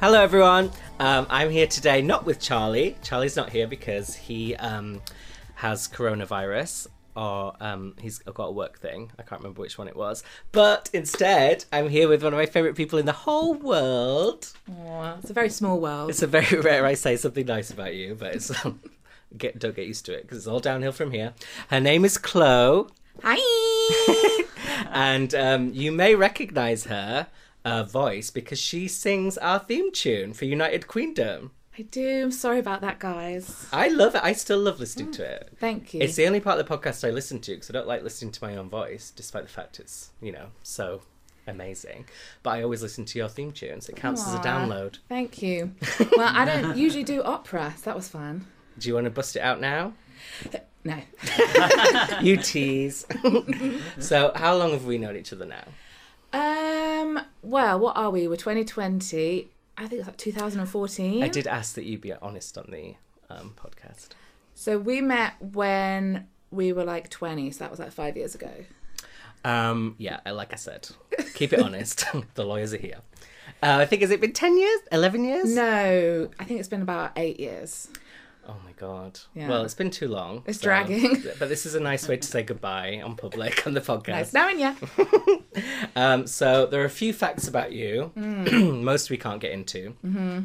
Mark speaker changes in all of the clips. Speaker 1: Hello, everyone. Um, I'm here today not with Charlie. Charlie's not here because he um, has coronavirus or um, he's got a work thing. I can't remember which one it was. But instead, I'm here with one of my favourite people in the whole world.
Speaker 2: Aw, it's a very small world.
Speaker 1: It's a very rare I say something nice about you, but it's. um, Get, don't get used to it because it's all downhill from here. Her name is Chloe.
Speaker 2: Hi.
Speaker 1: and um, you may recognize her uh, voice because she sings our theme tune for United Queendom.
Speaker 2: I do. I'm sorry about that, guys.
Speaker 1: I love it. I still love listening to it.
Speaker 2: Thank you.
Speaker 1: It's the only part of the podcast I listen to because I don't like listening to my own voice, despite the fact it's you know so amazing. But I always listen to your theme tunes. It counts as a
Speaker 2: Aw.
Speaker 1: download.
Speaker 2: Thank you. Well, I don't usually do opera. So that was fun.
Speaker 1: Do you want to bust it out now?
Speaker 2: No.
Speaker 1: you tease. so how long have we known each other now?
Speaker 2: Um. Well, what are we? We're 2020. I think it's like 2014.
Speaker 1: I did ask that you be honest on the um, podcast.
Speaker 2: So we met when we were like 20. So that was like five years ago.
Speaker 1: Um, yeah, I- like I said, keep it honest. the lawyers are here. Uh, I think has it been ten years, eleven years?
Speaker 2: No, I think it's been about eight years.
Speaker 1: Oh my god.
Speaker 2: Yeah.
Speaker 1: Well, it's been too long.
Speaker 2: It's dragging.
Speaker 1: But this is a nice way to say goodbye on public on the podcast.
Speaker 2: Nice knowing you.
Speaker 1: Um, so there are a few facts about you.
Speaker 2: Mm.
Speaker 1: Most we can't get into.
Speaker 2: Mm-hmm.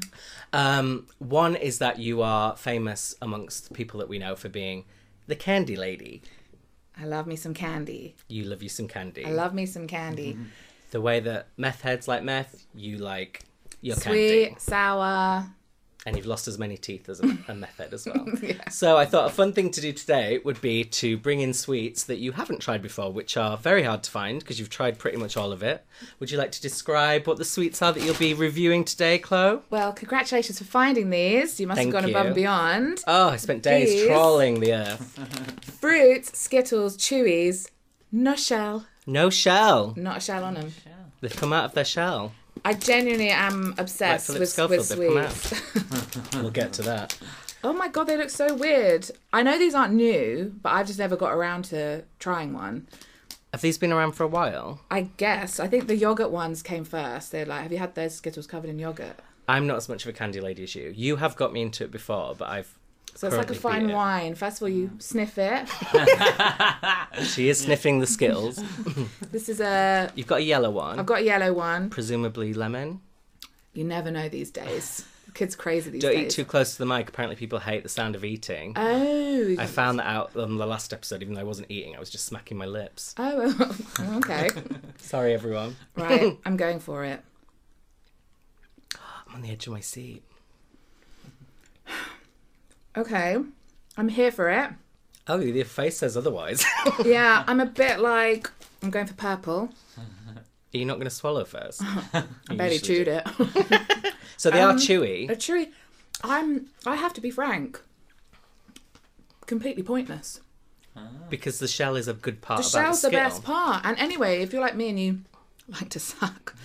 Speaker 1: Um, one is that you are famous amongst the people that we know for being the candy lady.
Speaker 2: I love me some candy.
Speaker 1: You love you some candy.
Speaker 2: I love me some candy.
Speaker 1: the way that meth heads like meth. You like your
Speaker 2: Sweet,
Speaker 1: candy.
Speaker 2: sour.
Speaker 1: and you've lost as many teeth as a, a method as well. So I thought a fun thing to do today would be to bring in sweets that you haven't tried before, which are very hard to find because you've tried pretty much all of it. Would you like to describe what the sweets are that you'll be reviewing today, Chloe?
Speaker 2: Well, congratulations for finding these. You must
Speaker 1: Thank
Speaker 2: have gone
Speaker 1: you.
Speaker 2: above and beyond.
Speaker 1: Oh, I spent days
Speaker 2: These.
Speaker 1: trawling the earth.
Speaker 2: Fruits, Skittles, Chewies, no shell,
Speaker 1: No shell.
Speaker 2: not a shell on them.
Speaker 1: They've come out of their shell.
Speaker 2: I genuinely am obsessed
Speaker 1: Philip
Speaker 2: with,
Speaker 1: Schofield,
Speaker 2: with
Speaker 1: they've come
Speaker 2: sweets.
Speaker 1: We'll get to that.
Speaker 2: oh my god, they look so weird. I know these aren't new, but I've just never got around to trying one.
Speaker 1: Have these been around for a while?
Speaker 2: I guess I think the yogurt ones came first. They're like, have you had those Skittles covered in yogurt?
Speaker 1: I'm not as much of a candy lady as you. You have got me into it before, but I've.
Speaker 2: So it's like a
Speaker 1: currently Mm. beat
Speaker 2: fine
Speaker 1: it.
Speaker 2: wine. First of all, you sniff it.
Speaker 1: She is sniffing the Skittles.
Speaker 2: This is a.
Speaker 1: You've got a yellow one,
Speaker 2: I've got a yellow one.
Speaker 1: presumably lemon.
Speaker 2: You never know these days. Kids crazy these
Speaker 1: Don't
Speaker 2: days.
Speaker 1: eat too close to the mic. Apparently, people hate the sound of eating.
Speaker 2: Oh.
Speaker 1: I found that out on the last episode, even though I wasn't eating, I was just smacking my lips.
Speaker 2: Oh, okay.
Speaker 1: Sorry, everyone.
Speaker 2: Right, I'm going for it.
Speaker 1: I'm on the edge of my seat.
Speaker 2: Okay, I'm here for it.
Speaker 1: Oh, your face says otherwise. Are
Speaker 2: Yeah, I'm a bit like I'm going for purple.
Speaker 1: you not going to swallow first?
Speaker 2: I barely chewed it.
Speaker 1: So they
Speaker 2: Um,
Speaker 1: are chewy.
Speaker 2: But chewy. I'm. I have to be frank. Completely pointless.
Speaker 1: Because the shell is a good part
Speaker 2: The
Speaker 1: Oh, about
Speaker 2: shell's
Speaker 1: the
Speaker 2: the
Speaker 1: Skittle.
Speaker 2: best part. And anyway, if you're like me and you like to suck,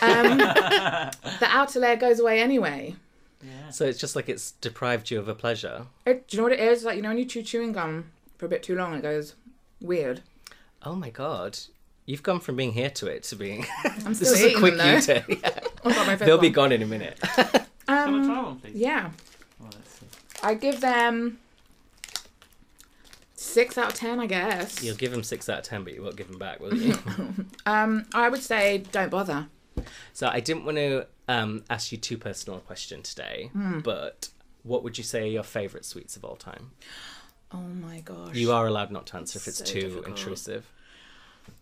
Speaker 2: um, the outer layer goes away anyway.
Speaker 1: So it's just like it's deprived you of a pleasure.
Speaker 2: It, Uh, do you know what it is? Like you know when you chew chewing gum for a bit too long, it goes weird.
Speaker 1: Oh my god. You've gone from being here to it to being.
Speaker 2: I'm still
Speaker 1: this is a
Speaker 2: eating
Speaker 1: quick
Speaker 2: them
Speaker 1: you
Speaker 2: though.
Speaker 1: day. Yeah.
Speaker 2: I've got my fifth
Speaker 1: They'll be
Speaker 2: one.
Speaker 1: gone in a minute.
Speaker 3: Can I
Speaker 2: Um,
Speaker 3: try one, please?
Speaker 2: yeah.
Speaker 3: Oh, let's see.
Speaker 2: I give them six out of ten, I guess.
Speaker 1: You'll give them six out of ten, but you won't give them back, will you?
Speaker 2: Um, I would say don't bother.
Speaker 1: So I didn't want to um, ask you too personal a question today,
Speaker 2: Hmm.
Speaker 1: but what would you say are your favourite sweets of all time?
Speaker 2: Oh my gosh,
Speaker 1: You are allowed not to answer if it's
Speaker 2: So
Speaker 1: too
Speaker 2: difficult.
Speaker 1: intrusive.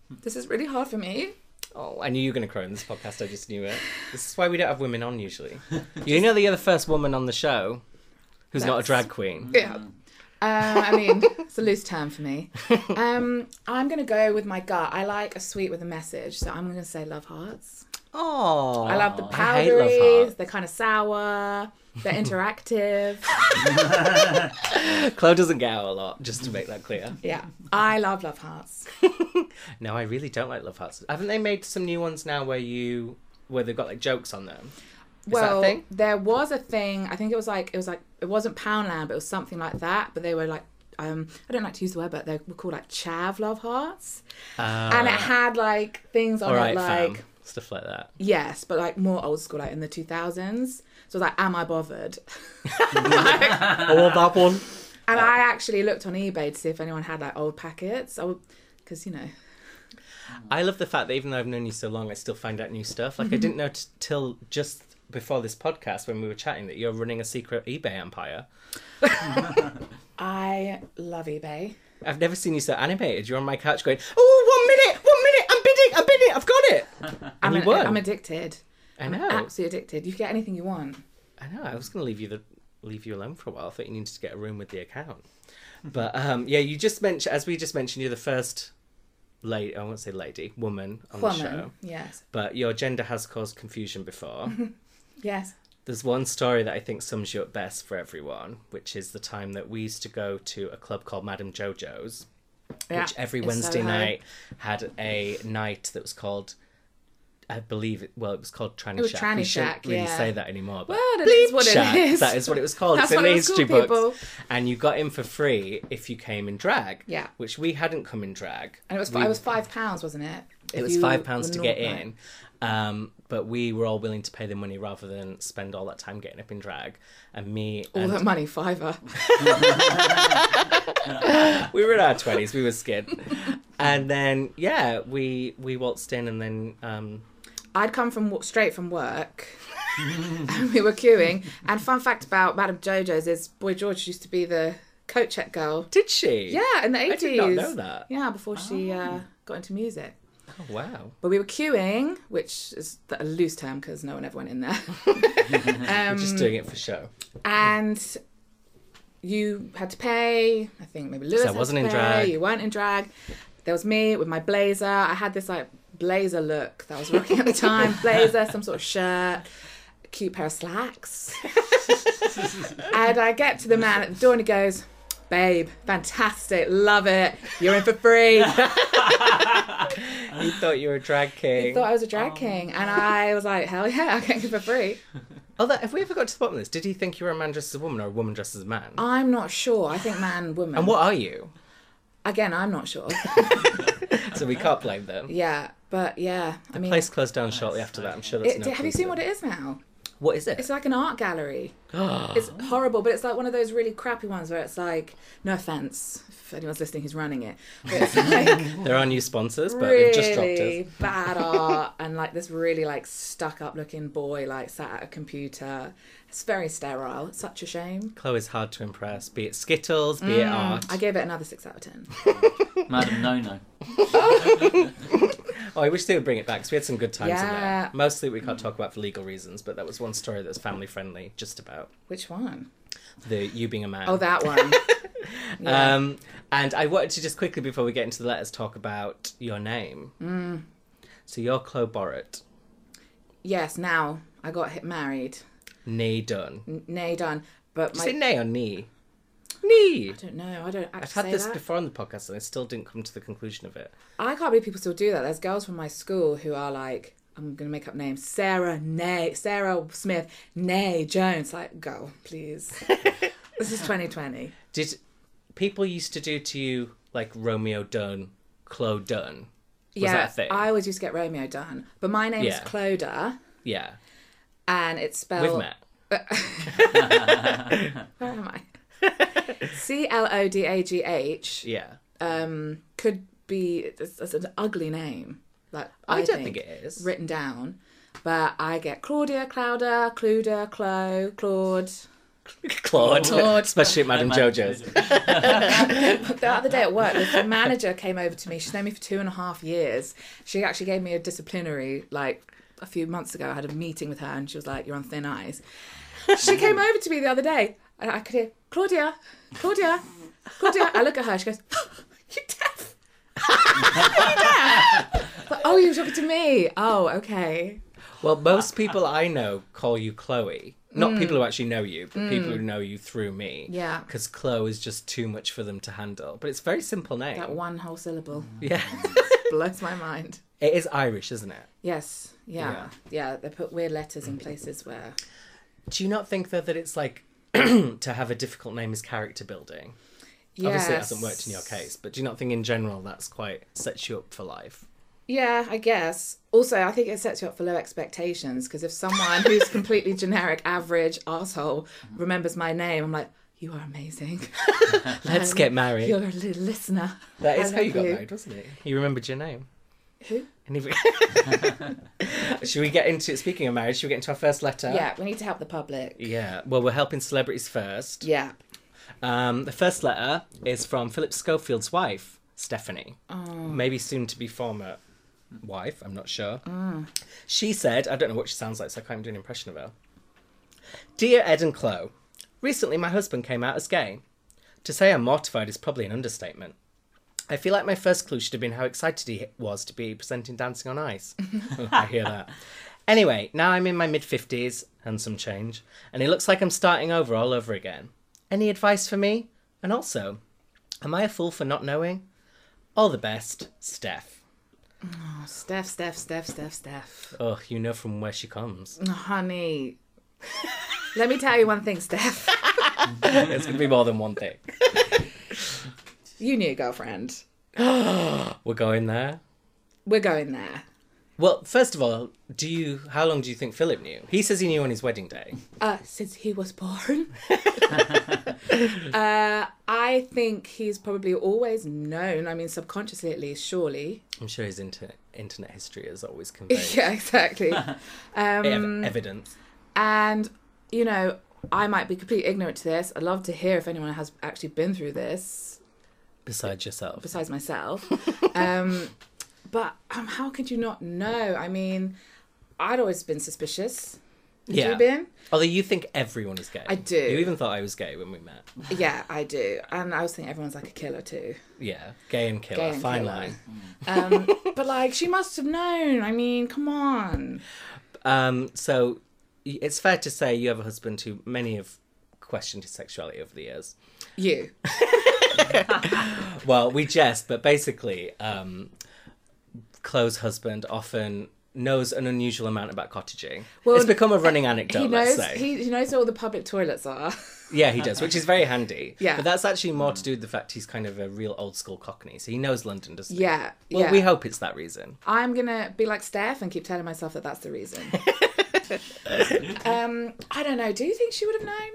Speaker 2: This is really hard for me.
Speaker 1: Oh, I knew you were going to cry on this podcast. I just knew it. This is why we don't have women on usually. you know that you're the first woman on the show who's not a
Speaker 2: That's-
Speaker 1: drag queen.
Speaker 2: Yeah. Uh, I mean, it's a loose term for me. Um, I'm gonna go with my gut. I like a sweet with a message, so I'm gonna say love hearts.
Speaker 1: Oh,
Speaker 2: I love the
Speaker 1: I hate love
Speaker 2: powderies. They're kind of sour. They're interactive.
Speaker 1: heart. Chloe doesn't get out a lot, just to make that clear.
Speaker 2: yeah, I love love hearts.
Speaker 1: No, I really don't like love hearts. Haven't they made some new ones now where you where they've got like jokes on them? Is that a
Speaker 2: well,
Speaker 1: thing?
Speaker 2: there was a thing. I think it was like it was like it wasn't Poundland, but it was something like that. But they were like. Um, I don't like to use the word, but they were called like chav love hearts,
Speaker 1: Uh,
Speaker 2: and it had like things on
Speaker 1: All
Speaker 2: it
Speaker 1: right,
Speaker 2: like
Speaker 1: fam. stuff like that.
Speaker 2: Yes, but like more old school, like in the 2000s. So I was like, am I bothered? Like,
Speaker 1: I want that one.
Speaker 2: and I actually looked on eBay to see if anyone had like old packets. I because you know,
Speaker 1: I love the fact that even though I've known you so long, I still find out new stuff. Like I didn't know t- till just before this podcast when we were chatting that you're running a secret eBay empire.
Speaker 2: I love eBay.
Speaker 1: I've never seen you so animated. You're on my couch going, "Oh, one minute, one minute, I'm bidding, I'm bidding, I've got it."
Speaker 2: I'm,
Speaker 1: you
Speaker 2: an-
Speaker 1: won.
Speaker 2: I'm addicted.
Speaker 1: I know,
Speaker 2: Absolutely addicted. You can get anything you want.
Speaker 1: I know. I was going to leave you the leave you alone for a while. I thought you needed to get a room with the account. But um, yeah, you just mentioned, as we just mentioned, you're the first lady. I won't say lady, woman on
Speaker 2: Woman.
Speaker 1: the show.
Speaker 2: Yes.
Speaker 1: But your gender has caused confusion before.
Speaker 2: Yes.
Speaker 1: There's one story that I think sums you up best for everyone, which is the time that we used to go to a club called Madame Jojo's,
Speaker 2: Yeah.
Speaker 1: which every
Speaker 2: It's
Speaker 1: Wednesday
Speaker 2: Soho.
Speaker 1: night had a night that was called, I believe, it, well, it was called Tranny
Speaker 2: It was
Speaker 1: Shack. we
Speaker 2: Tranny
Speaker 1: shouldn't
Speaker 2: Shack,
Speaker 1: really
Speaker 2: yeah.
Speaker 1: say that anymore. But
Speaker 2: Well, that is
Speaker 1: Bleep
Speaker 2: what it
Speaker 1: Shack,
Speaker 2: is.
Speaker 1: That is what it was called.
Speaker 2: That's
Speaker 1: it's in
Speaker 2: what
Speaker 1: the
Speaker 2: it was
Speaker 1: history
Speaker 2: called,
Speaker 1: books. And you got in for free if you came in drag,
Speaker 2: Yeah.
Speaker 1: which we hadn't come in drag.
Speaker 2: And it was
Speaker 1: We-
Speaker 2: I was five pounds, wasn't it?
Speaker 1: it
Speaker 2: If
Speaker 1: was
Speaker 2: you
Speaker 1: five pounds
Speaker 2: were
Speaker 1: to get
Speaker 2: not- right.
Speaker 1: in, um, but we were all willing to pay the money rather than spend all that time getting up in drag. And me,
Speaker 2: All
Speaker 1: and
Speaker 2: that money, fiver.
Speaker 1: we were in our twenties, we were skid, and then yeah, we we waltzed in, and then um,
Speaker 2: I'd come from wo- straight from work. and we were queuing. And fun fact about Madame Jojo's is Boy George used to be the coat check girl.
Speaker 1: did she?
Speaker 2: Yeah, in the
Speaker 1: I
Speaker 2: eighties.
Speaker 1: did not know that.
Speaker 2: Yeah, before she uh, got into music.
Speaker 1: Oh, wow,
Speaker 2: But we were queuing, which is th- a loose term because no one ever went in there. um,
Speaker 1: we're just doing it for show.
Speaker 2: and you had to pay. I think maybe Lewis.
Speaker 1: I
Speaker 2: had to
Speaker 1: wasn't in
Speaker 2: pay,
Speaker 1: drag.
Speaker 2: You weren't in drag. There was me with my blazer. I had this like blazer look that I was rocking at the time. blazer, some sort of shirt, cute pair of slacks. and I get to the man at the door and he goes, "Babe, fantastic, love it. You're in for free."
Speaker 1: You thought you were a drag
Speaker 2: He
Speaker 1: king.
Speaker 2: thought I was a drag
Speaker 1: Oh.
Speaker 2: king, and I was like, "Hell yeah, I get it for free."
Speaker 1: Although, have we ever got to the bottom of this? Did he think you were a man dressed as a woman or a woman dressed as a man?
Speaker 2: I'm not sure. I think man, woman.
Speaker 1: and what are you?
Speaker 2: Again, I'm not sure.
Speaker 1: So we can't blame them.
Speaker 2: yeah, but yeah, I mean,
Speaker 1: Place closed down shortly after that. I'm sure that's
Speaker 2: It,
Speaker 1: no
Speaker 2: have you seen what it is now?
Speaker 1: coincidence. What is it?
Speaker 2: It's like an art gallery. it's
Speaker 1: Oh.
Speaker 2: horrible, but it's like one of those really crappy ones where it's like, no offense if anyone's listening who's running it, but it's like
Speaker 1: There are new sponsors, but they've just dropped us.
Speaker 2: really bad art and like this really like stuck up looking boy like sat at a computer. It's very sterile. It's such a shame.
Speaker 1: Chloe's hard to impress, be it Skittles, be it art.
Speaker 2: Mm, I gave it another six out of ten.
Speaker 3: Madam No No.
Speaker 1: Oh, I wish they would bring it back because we had some good times in there.
Speaker 2: Yeah.
Speaker 1: Mostly we can't talk about for legal reasons, but that was one story that's family friendly, just about
Speaker 2: Which one?
Speaker 1: the you being a man.
Speaker 2: Oh, that one. Yeah.
Speaker 1: Um, and I wanted to just quickly before we get into the letters talk about your name. Mm. So you're Chloe Borrett,
Speaker 2: yes. Now I got hit married.
Speaker 1: knee done.
Speaker 2: N- Nay, done. But
Speaker 1: Did
Speaker 2: my.
Speaker 1: you say nay or knee? Knee.
Speaker 2: I don't know. I don't. Actually
Speaker 1: I've had
Speaker 2: say
Speaker 1: this
Speaker 2: that.
Speaker 1: before on the podcast and I still didn't come to the conclusion of it.
Speaker 2: I can't believe people still do that. There's girls from my school who are like, I'm gonna make up names: Sarah Nay, Sarah Smith, Nay Jones. Like, go, please. this is 2020.
Speaker 1: Did people used to do to you like Romeo Dunn, Chloe Dunn? Was
Speaker 2: yeah,
Speaker 1: that a thing?
Speaker 2: I always used to get Romeo done, but my name
Speaker 1: Yeah.
Speaker 2: is Cloda,
Speaker 1: Yeah.
Speaker 2: and it's spelled.
Speaker 1: With Matt.
Speaker 2: Where am I? C L O D A G H
Speaker 1: Yeah.
Speaker 2: um, could be it's, it's an ugly name. Like, I,
Speaker 1: I, don't think, it is.
Speaker 2: written down, but I get Claudia, Clouda, Cluda, Chloe, Claude.
Speaker 1: Claude,
Speaker 2: Claude.
Speaker 1: especially at Madame
Speaker 3: Madam
Speaker 1: Jojo's.
Speaker 2: The other day at work, the manager came over to me. She's known me for two and a half years. She actually gave me a disciplinary, like a few months ago. I had a meeting with her and she was like, You're on thin ice. She came over to me the other day and I could hear, Claudia, Claudia, Claudia. I look at her, she goes, "Oh, You deaf. you deaf. But, oh, you were talking to me. Oh, okay.
Speaker 1: Well, most people I know call you Chloe. Not people who actually know you, but people who know you through me.
Speaker 2: Mm. Yeah.
Speaker 1: Because Chloe is just too much for them to handle. But it's a very simple name.
Speaker 2: That one whole syllable
Speaker 1: Yeah.
Speaker 2: blows my mind.
Speaker 1: it is Irish, isn't it?
Speaker 2: Yes. Yeah. yeah. They put weird letters in places where.
Speaker 1: Do you not think, though, that it's like to have a difficult name is character building? Obviously, it hasn't worked in your
Speaker 2: Yes.
Speaker 1: case, but do you not think in general that's quite sets you up for life?
Speaker 2: Yeah, I guess. Also, I think it sets you up for low expectations because if someone who's completely generic, average asshole remembers my name, I'm like, you are amazing.
Speaker 1: Let's get married.
Speaker 2: You're a li- listener.
Speaker 1: That is
Speaker 2: I
Speaker 1: how you
Speaker 2: love
Speaker 1: got
Speaker 2: you.
Speaker 1: married, wasn't it? You remembered your name.
Speaker 2: Who?
Speaker 1: And if- should we get into speaking of marriage? Should we get into our first letter?
Speaker 2: Yeah, we need to help the public.
Speaker 1: Yeah. Well, we're helping celebrities first.
Speaker 2: Yeah.
Speaker 1: Um, the first letter is from Philip Schofield's wife, Stephanie. Maybe soon to be former wife. I'm not sure. She said, I don't know what she sounds like, so I can't even do an impression of her. Dear Ed and Chloe, recently my husband came out as gay. To say I'm mortified is probably an understatement. I feel like my first clue should have been how excited he was to be presenting Dancing on Ice. I hear that. Anyway, now I'm in my mid 50s and some change, and it looks like I'm starting over all over again. Any advice for me? And also, am I a fool for not knowing? All the best, Steph.
Speaker 2: Oh, Steph, Steph, Steph, Steph, Steph.
Speaker 1: Ugh, Oh, you know from where she comes.
Speaker 2: Oh, honey. Let me tell you one thing, Steph.
Speaker 1: it's gonna be more than one thing.
Speaker 2: You knew your girlfriend.
Speaker 1: We're going there.
Speaker 2: We're going there.
Speaker 1: Well, first of all, do you? How long do you think Philip knew? He says he knew on his wedding day.
Speaker 2: Uh, since he was born. uh, I think he's probably always known. I mean, subconsciously at least, surely.
Speaker 1: I'm sure his inter- internet history has always conveyed
Speaker 2: Yeah, exactly.
Speaker 1: ev-
Speaker 2: Um,
Speaker 1: evidence.
Speaker 2: and, you know, I might be completely ignorant to this. I'd love to hear if anyone has actually been through this
Speaker 1: Besides yourself,
Speaker 2: besides myself. um, but um, how could you not know? I mean, I'd always been suspicious. Had
Speaker 1: Yeah.
Speaker 2: you been?
Speaker 1: although you think everyone is gay,
Speaker 2: I do.
Speaker 1: You even thought I was gay when we met.
Speaker 2: Yeah, I do. And I was thinking everyone's like a killer too.
Speaker 1: Yeah, gay and killer,
Speaker 2: Gay and
Speaker 1: fine
Speaker 2: killer.
Speaker 1: line.
Speaker 2: Um, but like, she must have known. I mean, come on.
Speaker 1: Um, so y- it's fair to say you have a husband who many have questioned his sexuality over the years.
Speaker 2: You.
Speaker 1: Well, we jest, but basically, um, Chloe's husband often knows an unusual amount about cottaging.
Speaker 2: Well,
Speaker 1: it's become a running anecdote,
Speaker 2: He
Speaker 1: let's
Speaker 2: knows.
Speaker 1: say.
Speaker 2: He, he knows where all the public toilets are.
Speaker 1: Yeah, he does, which is very handy.
Speaker 2: Yeah.
Speaker 1: But that's actually more to do with the fact he's kind of a real old school cockney, so he knows London, doesn't he?
Speaker 2: Yeah.
Speaker 1: Well,
Speaker 2: yeah.
Speaker 1: we hope it's that reason.
Speaker 2: I'm gonna be like Steph and keep telling myself that that's the reason. um, I don't know. Do you think she would have known?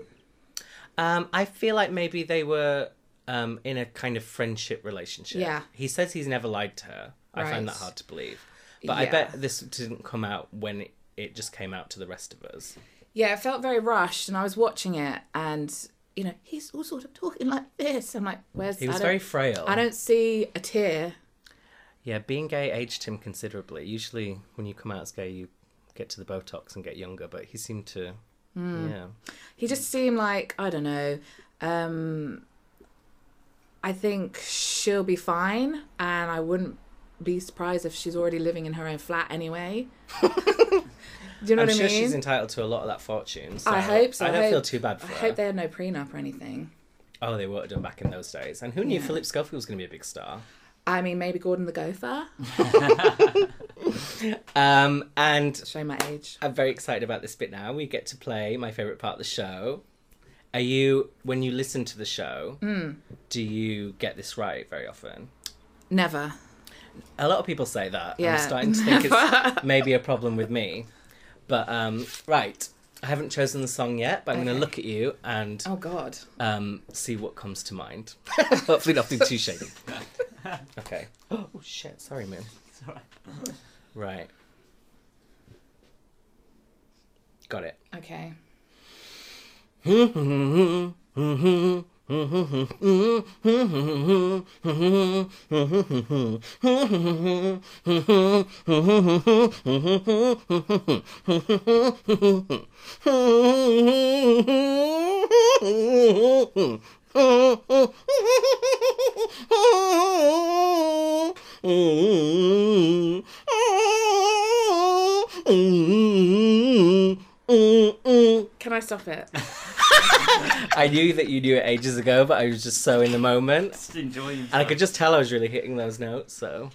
Speaker 1: Um, I feel like maybe they were um, in a kind of friendship relationship.
Speaker 2: Yeah.
Speaker 1: He says he's never lied to her. I find
Speaker 2: Right.
Speaker 1: that hard to believe. But I
Speaker 2: Yeah.
Speaker 1: bet this didn't come out when it, it just came out to the rest of us.
Speaker 2: Yeah, it felt very rushed, and I was watching it, and you know, he's all sort of talking like this. I'm like, where's
Speaker 1: He
Speaker 2: I
Speaker 1: was
Speaker 2: don't-
Speaker 1: very frail.
Speaker 2: I don't see a tear.
Speaker 1: Yeah, being gay aged him considerably. Usually, when you come out as gay, you get to the Botox and get younger, but he seemed to.
Speaker 2: Hmm.
Speaker 1: Yeah.
Speaker 2: He just seemed like I don't know. Um, I think she'll be fine, and I wouldn't be surprised if she's already living in her own flat anyway. Do you know
Speaker 1: I'm
Speaker 2: what
Speaker 1: sure
Speaker 2: I mean?
Speaker 1: she's entitled to a lot of that fortune. So
Speaker 2: I hope so.
Speaker 1: I
Speaker 2: I
Speaker 1: don't
Speaker 2: hope-
Speaker 1: feel too bad
Speaker 2: I
Speaker 1: for her.
Speaker 2: hope they had no prenup or anything.
Speaker 1: Oh, they would have done back in those days. And who knew Philip Schofield was going to be a big star?
Speaker 2: I mean, maybe Gordon the Gopher.
Speaker 1: Um, and
Speaker 2: Show my age.
Speaker 1: I'm very excited about this bit now. We get to play my favourite part of the show. Are you, when you listen to the show,
Speaker 2: Hmm.
Speaker 1: do you get this right very often?
Speaker 2: Never.
Speaker 1: A lot of people say that.
Speaker 2: Yeah.
Speaker 1: I'm starting to think it's maybe a problem with me. But, um, right. I haven't chosen the song yet, but I'm going
Speaker 2: Okay.
Speaker 1: to look at you and
Speaker 2: Oh God.
Speaker 1: um, see what comes to mind. Hopefully, nothing too shady. Okay. Oh, shit. Sorry, man.
Speaker 3: It's all right.
Speaker 1: Right. Got it.
Speaker 2: Okay. Can I stop it?
Speaker 1: I knew that you knew it ages ago, but I was just so in the moment.
Speaker 3: Just enjoy yourself.
Speaker 1: And I could just tell I was really hitting those notes, so.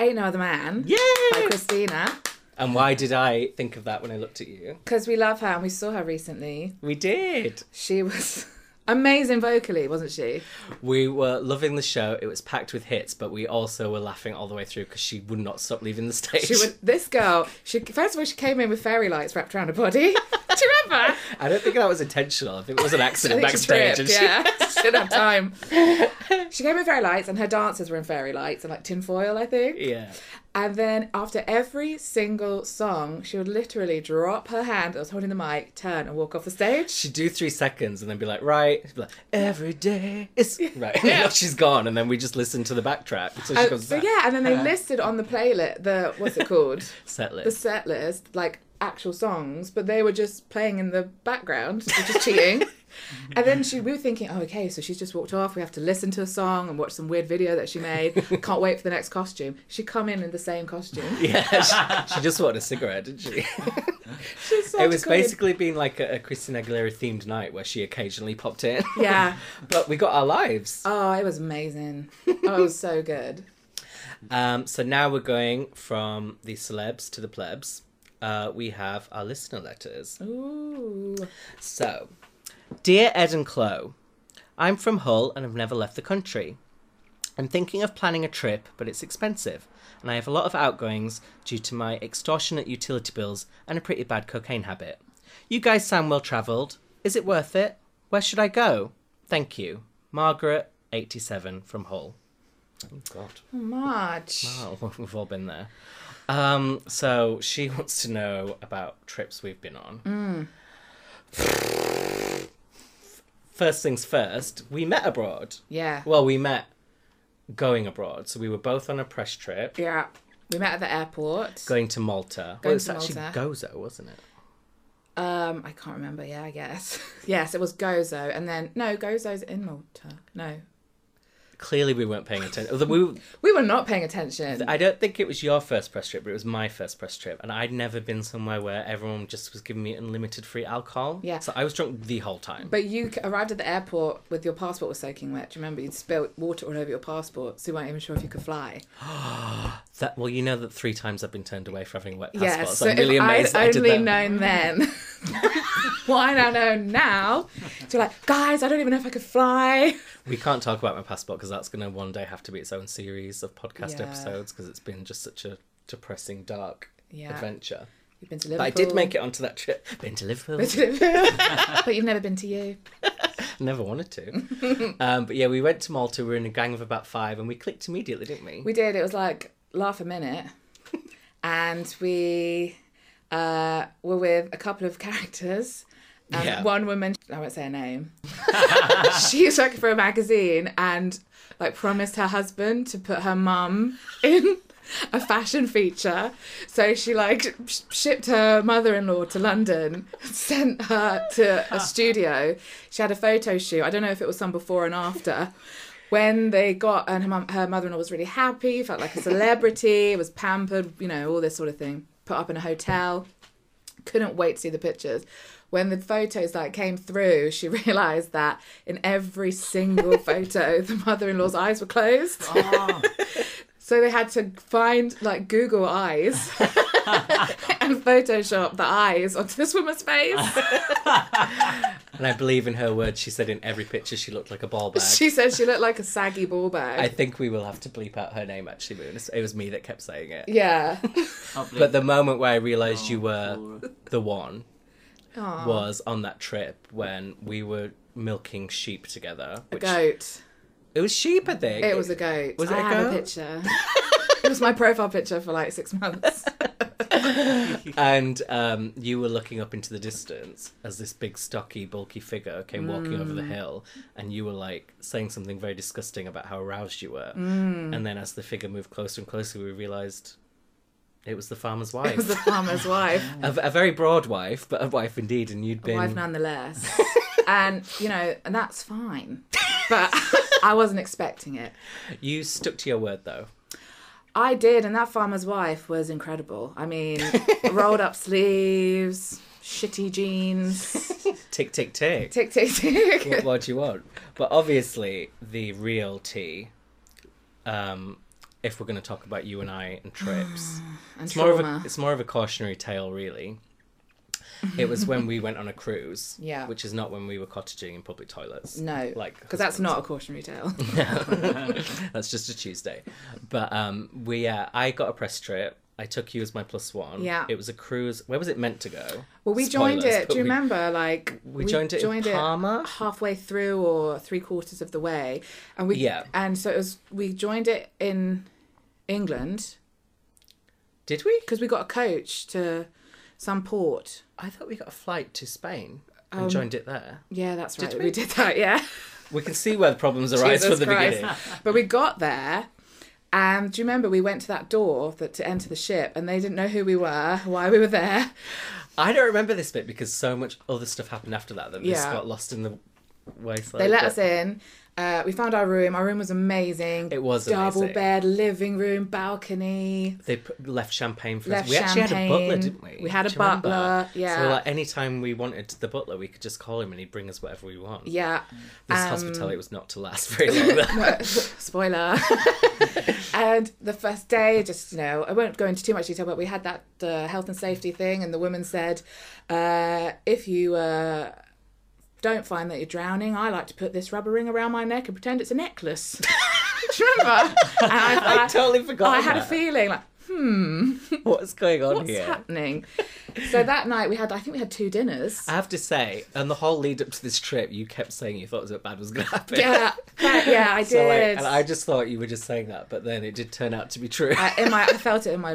Speaker 2: Ain't no other man.
Speaker 1: Yeah!
Speaker 2: By Christina.
Speaker 1: And why did I think of that when I looked at you?
Speaker 2: Because we love her and we saw her recently.
Speaker 1: We did!
Speaker 2: She was Amazing vocally, wasn't she?
Speaker 1: We were loving the show. It was packed with hits, but we also were laughing all the way through because she would not stop leaving the stage.
Speaker 2: She was, this girl. She first of all, she came in with fairy lights wrapped around her body. Do you remember?
Speaker 1: I don't think that was intentional. I think it was an
Speaker 2: I
Speaker 1: accident
Speaker 2: think she
Speaker 1: backstage.
Speaker 2: tripped,
Speaker 1: and she-
Speaker 2: Yeah, she didn't have time. She came in fairy lights, and her dancers were in fairy lights and like tinfoil, I think.
Speaker 1: yeah.
Speaker 2: And then after every single song, she would literally drop her hand that was holding the mic, turn, and walk off the stage.
Speaker 1: She'd do three seconds and then be like, right, She'd be like, every day is right. And then she's gone, and then we just listen to the backtrack. So she
Speaker 2: Uh,
Speaker 1: comes
Speaker 2: so
Speaker 1: back.
Speaker 2: yeah, and then they listed on the playlist the what's it called
Speaker 1: Set list.
Speaker 2: the set list like actual songs, but they were just playing in the background, which is cheating. and then she we were thinking, oh okay, so she's just walked off. We have to listen to a song and watch some weird video that she made. Can't wait for the next costume. She come in in the same costume.
Speaker 1: Yeah, she, she just wanted a cigarette, didn't she?
Speaker 2: She's such
Speaker 1: it was
Speaker 2: a queen.
Speaker 1: basically being like a, a Christina Aguilera themed night where she occasionally popped in.
Speaker 2: yeah.
Speaker 1: but we got our lives.
Speaker 2: Oh, it was amazing. Oh, it was so good.
Speaker 1: Um, so now we're going from the celebs to the plebs. Uh, we have our listener letters.
Speaker 2: Ooh.
Speaker 1: So, dear Ed and Chloe, I'm from Hull and have never left the country. I'm thinking of planning a trip, but it's expensive, and I have a lot of outgoings due to my extortionate utility bills and a pretty bad cocaine habit. You guys sound well travelled. Is it worth it? Where should I go? Thank you. Margaret, 87, from Hull. Oh, God.
Speaker 2: March.
Speaker 1: Oh, we've all been there. Um, so she wants to know about trips we've been on.
Speaker 2: Mm.
Speaker 1: First things first, we met abroad.
Speaker 2: Yeah.
Speaker 1: Well, we met going abroad. So we were both on a press trip
Speaker 2: Yeah. We met at the airport.
Speaker 1: going to Malta. well,
Speaker 2: Going
Speaker 1: it's
Speaker 2: to
Speaker 1: actually
Speaker 2: Malta.
Speaker 1: Gozo, wasn't it?
Speaker 2: Um, I can't remember. Yeah, I guess. yes, it was Gozo, and then no, Gozo's in Malta. No,
Speaker 1: Clearly, we weren't paying attention. We,
Speaker 2: we were not paying attention.
Speaker 1: I don't think it was your first press trip, but it was my first press trip, and I'd never been somewhere where everyone just was giving me unlimited free alcohol.
Speaker 2: Yeah.
Speaker 1: So I was drunk the whole time.
Speaker 2: But you c- arrived at the airport with your passport was soaking wet. Do you remember? You'd spilled water all over your passport, so you weren't even sure if you could fly.
Speaker 1: That well, you know that three times I've been turned away for having wet passports.
Speaker 2: Yeah, so
Speaker 1: I'm really
Speaker 2: if
Speaker 1: amazed that I
Speaker 2: I'd
Speaker 1: did
Speaker 2: only
Speaker 1: that.
Speaker 2: known then what I now know now, to like, guys, I don't even know if I could fly.
Speaker 1: We can't talk about my passport because that's going to one day have to be its own series of podcast
Speaker 2: Yeah.
Speaker 1: episodes because it's been just such a depressing, dark
Speaker 2: Yeah.
Speaker 1: adventure.
Speaker 2: You've been to
Speaker 1: But I
Speaker 2: Liverpool.
Speaker 1: did make it onto that trip. Been to Liverpool.
Speaker 2: but you've never been to you.
Speaker 1: Never wanted to. um, but yeah, we went to Malta. We were in a gang of about five, and we clicked immediately, didn't we?
Speaker 2: We did. It was like laugh a minute, and we uh, were with a couple of characters. And
Speaker 1: Yeah.
Speaker 2: One woman, I won't say her name. she was working for a magazine and like promised her husband to put her mum in a fashion feature. So she like sh- shipped her mother-in-law to London, sent her to a studio. She had a photo shoot. I don't know if it was some before and after. When they got and her, mum- her mother-in-law was really happy, felt like a celebrity, was pampered, you know, all this sort of thing. Put up in a hotel couldn't wait to see the pictures. When the photos like came through, she realised that in every single photo, the mother-in-law's eyes were closed.
Speaker 3: Ah,
Speaker 2: So they had to find like Google eyes and Photoshop the eyes onto this woman's face.
Speaker 1: And I believe in her words. She said in every picture she looked like a ball bag.
Speaker 2: She said she looked like a saggy ball
Speaker 1: I
Speaker 2: bag.
Speaker 1: think we will have to bleep out her name. Actually, Moon. It was me that kept saying it.
Speaker 2: Yeah.
Speaker 3: can't believe
Speaker 1: But the moment where I realised you were
Speaker 3: Oh, Laura.
Speaker 1: the one
Speaker 2: Aw,
Speaker 1: was on that trip when we were milking sheep together.
Speaker 2: a
Speaker 1: Which,
Speaker 2: goat.
Speaker 1: it was sheep, I think.
Speaker 2: It was a goat.
Speaker 1: Was it
Speaker 2: I
Speaker 1: a
Speaker 2: have a
Speaker 1: goat?
Speaker 2: picture. it was my profile picture for like six months.
Speaker 1: and um, you were looking up into the distance as this big, stocky, bulky figure came walking over
Speaker 2: Mm.
Speaker 1: the hill, and you were like saying something very disgusting about how aroused you were.
Speaker 2: Mm.
Speaker 1: And then as the figure moved closer and closer, we realised it was the farmer's
Speaker 2: It was
Speaker 1: wife.
Speaker 2: the farmer's wife.
Speaker 1: a, a very broad wife, but a wife indeed, and you'd been.
Speaker 2: wife nonetheless. and you know, and that's fine. But I wasn't expecting it.
Speaker 1: You stuck to your word though.
Speaker 2: I did, and that farmer's wife was incredible. I mean, rolled up sleeves, shitty jeans,
Speaker 1: Tick, tick, tick.
Speaker 2: tick tick
Speaker 1: what
Speaker 2: tick.
Speaker 1: more do you want? But obviously, the real tea, um, if we're going to talk about you and I and trips,
Speaker 2: And
Speaker 1: it's more of a
Speaker 2: trauma.
Speaker 1: it's more of a cautionary tale, really. It was when we went on a cruise.
Speaker 2: Yeah.
Speaker 1: Which is not when we were cottaging in public toilets.
Speaker 2: No,
Speaker 1: Like
Speaker 2: because that's not a cautionary tale.
Speaker 1: That's just a Tuesday. But um we uh, I got a press trip. I took you as my plus one.
Speaker 2: Yeah.
Speaker 1: It was a cruise. Where was it meant to go?
Speaker 2: Well, we joined
Speaker 1: Spoilers,
Speaker 2: it.
Speaker 1: but
Speaker 2: Do you
Speaker 1: we-
Speaker 2: remember? Like we,
Speaker 1: joined it in Parma?
Speaker 2: halfway through or three quarters of the way, and we
Speaker 1: Yeah.
Speaker 2: And so it was. We joined it in England
Speaker 1: Did we?
Speaker 2: because we got a coach to some port.
Speaker 1: I thought we got a flight to Spain and
Speaker 2: Um,
Speaker 1: joined it there.
Speaker 2: Yeah, that's right.
Speaker 1: we?
Speaker 2: we? did that. Yeah,
Speaker 1: We can see where the problems arise
Speaker 2: Jesus
Speaker 1: from the
Speaker 2: Christ.
Speaker 1: beginning.
Speaker 2: but we got there. And do you remember we went to that door that to enter the ship, and they didn't know who we were, why we were there.
Speaker 1: I don't remember this bit because so much other stuff happened after that that this
Speaker 2: Yeah.
Speaker 1: got lost in the wayside.
Speaker 2: They let
Speaker 1: but-
Speaker 2: us in. Uh, we found our room. Our room was amazing.
Speaker 1: It was
Speaker 2: double
Speaker 1: amazing.
Speaker 2: bed, living room, balcony.
Speaker 1: They put, left champagne for
Speaker 2: Left
Speaker 1: us. We actually had a butler,
Speaker 2: champagne.
Speaker 1: didn't we?
Speaker 2: We had a
Speaker 1: Do you remember?
Speaker 2: butler, yeah.
Speaker 1: So like any time we wanted the butler, we could just call him and he'd bring us whatever we want.
Speaker 2: Yeah.
Speaker 1: This
Speaker 2: Um,
Speaker 1: hospitality was not to last very long.
Speaker 2: Spoiler. and the first day, just you know, I won't go into too much detail, but we had that uh, health and safety thing, and the woman said, uh, "If you uh, don't find that you're drowning, I like to put this rubber ring around my neck and pretend it's a necklace." Do you remember? And I,
Speaker 1: I totally forgot.
Speaker 2: I had a
Speaker 1: that.
Speaker 2: feeling like. "Hmm,
Speaker 1: What's going on
Speaker 2: what's
Speaker 1: here?
Speaker 2: happening? So that night we had, I think we had two dinners.
Speaker 1: I have to say, and the whole lead up to this trip, you kept saying you thought something bad was going to happen.
Speaker 2: yeah, but- yeah, I did.
Speaker 1: So, like, and I just thought you were just saying that, but then it did turn out to be true. I
Speaker 2: I- in my, I felt it in my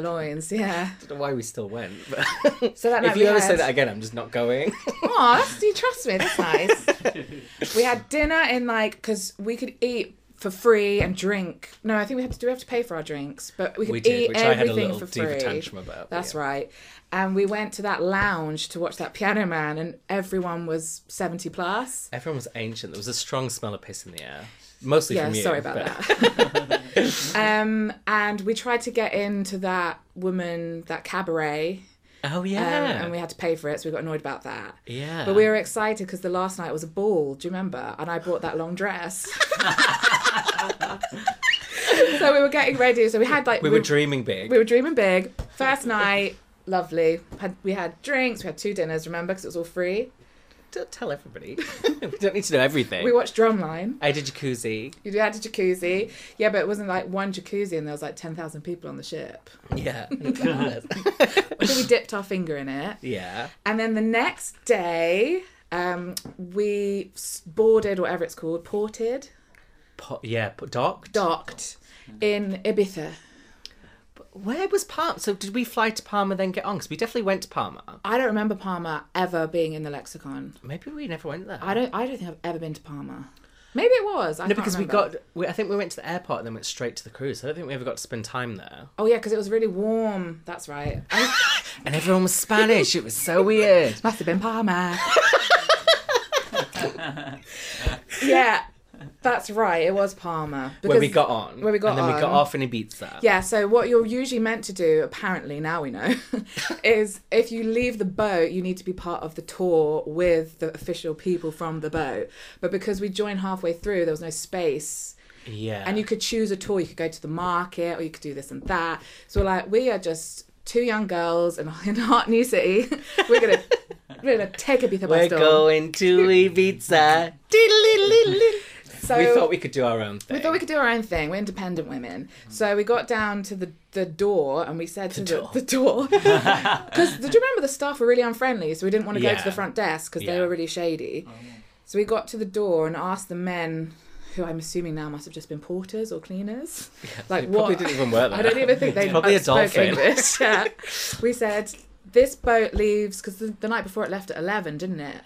Speaker 2: loins. Yeah.
Speaker 1: don't know why we still went. But
Speaker 2: So that night
Speaker 1: if
Speaker 2: we
Speaker 1: you ever say
Speaker 2: had-
Speaker 1: that again, I'm just not going.
Speaker 2: Aw, that's- do you trust me? That's nice. we had dinner in like because we could eat for free and drink. No, I think we had to do we have to pay for our drinks, but we could
Speaker 1: we did,
Speaker 2: eat
Speaker 1: which
Speaker 2: everything
Speaker 1: I had a little
Speaker 2: for
Speaker 1: diva
Speaker 2: free.
Speaker 1: tantrum about.
Speaker 2: That's right. And we went to that lounge to watch that Piano Man, and everyone was seventy plus.
Speaker 1: Everyone was ancient. There was a strong smell of piss in the air, mostly
Speaker 2: Yeah,
Speaker 1: from you.
Speaker 2: sorry about
Speaker 1: but-
Speaker 2: that. um, and we tried to get into that woman, that cabaret,
Speaker 1: Oh
Speaker 2: um,
Speaker 1: yeah,
Speaker 2: and we had to pay for it, so we got annoyed about that.
Speaker 1: yeah.
Speaker 2: But we were excited because the last night was a ball. Do you remember? And I bought that long dress. so we were getting ready. So we had like
Speaker 1: We were dreaming big.
Speaker 2: we were dreaming big. First night, lovely. Had we had drinks. We had two dinners. Remember, because it was all free.
Speaker 1: Don't tell everybody. we don't need to know everything.
Speaker 2: We watched Drumline.
Speaker 1: I did jacuzzi.
Speaker 2: You had a jacuzzi. Yeah, but it wasn't like one jacuzzi and there was like ten thousand people on the ship.
Speaker 1: Yeah. and it's ours.
Speaker 2: I think we dipped our finger in it.
Speaker 1: yeah.
Speaker 2: And then the next day, um, we s- boarded whatever it's called, ported.
Speaker 1: Po- yeah. Po- docked.
Speaker 2: docked in Ibiza.
Speaker 1: Where was Parma? So did we fly to Parma then get on? Because we definitely went to Parma.
Speaker 2: I don't remember Parma ever being in the lexicon.
Speaker 1: Maybe we never went there.
Speaker 2: I don't. I don't think I've ever been to Parma. Maybe it was. I
Speaker 1: no, because we got. We, I think we went to the airport and then went straight to the cruise. I don't think we ever got to spend time there.
Speaker 2: Oh yeah, because it was really warm. That's right.
Speaker 1: And everyone was Spanish. it was so weird.
Speaker 2: Must have been Parma. yeah, that's right. It was Parma.
Speaker 1: Where we
Speaker 2: Because-
Speaker 1: got on.
Speaker 2: where we got
Speaker 1: And then we got
Speaker 2: on.
Speaker 1: off in Ibiza.
Speaker 2: Yeah, so what you're usually meant to do, apparently now we know, is if you leave the boat, you need to be part of the tour with the official people from the boat. But because we joined halfway through, there was no space.
Speaker 1: Yeah.
Speaker 2: And you could choose a tour. You could go to the market or you could do this and that. So we're like, we are just two young girls in, in Hot New City. we're going to we're gonna take Ibiza by
Speaker 1: We're
Speaker 2: storm.
Speaker 1: going to Ibiza.
Speaker 2: So
Speaker 1: we thought we could do our own thing.
Speaker 2: We thought we could do our own thing. We're independent women. So we got down to the, the door and we said to the,
Speaker 1: door.
Speaker 2: the door. Because did you remember the staff were really unfriendly? So we didn't want to go
Speaker 1: Yeah.
Speaker 2: to the front desk because they
Speaker 1: Yeah.
Speaker 2: were really
Speaker 3: Oh,
Speaker 2: shady. So we got to the door and asked the men, who I'm assuming now must have just been porters or cleaners. like,
Speaker 1: They probably didn't even work there.
Speaker 2: I don't even think they
Speaker 1: Probably a
Speaker 2: spoke
Speaker 1: dolphin.
Speaker 2: English. Yeah. we said, this boat leaves, because the, the night before it left at 11, didn't it?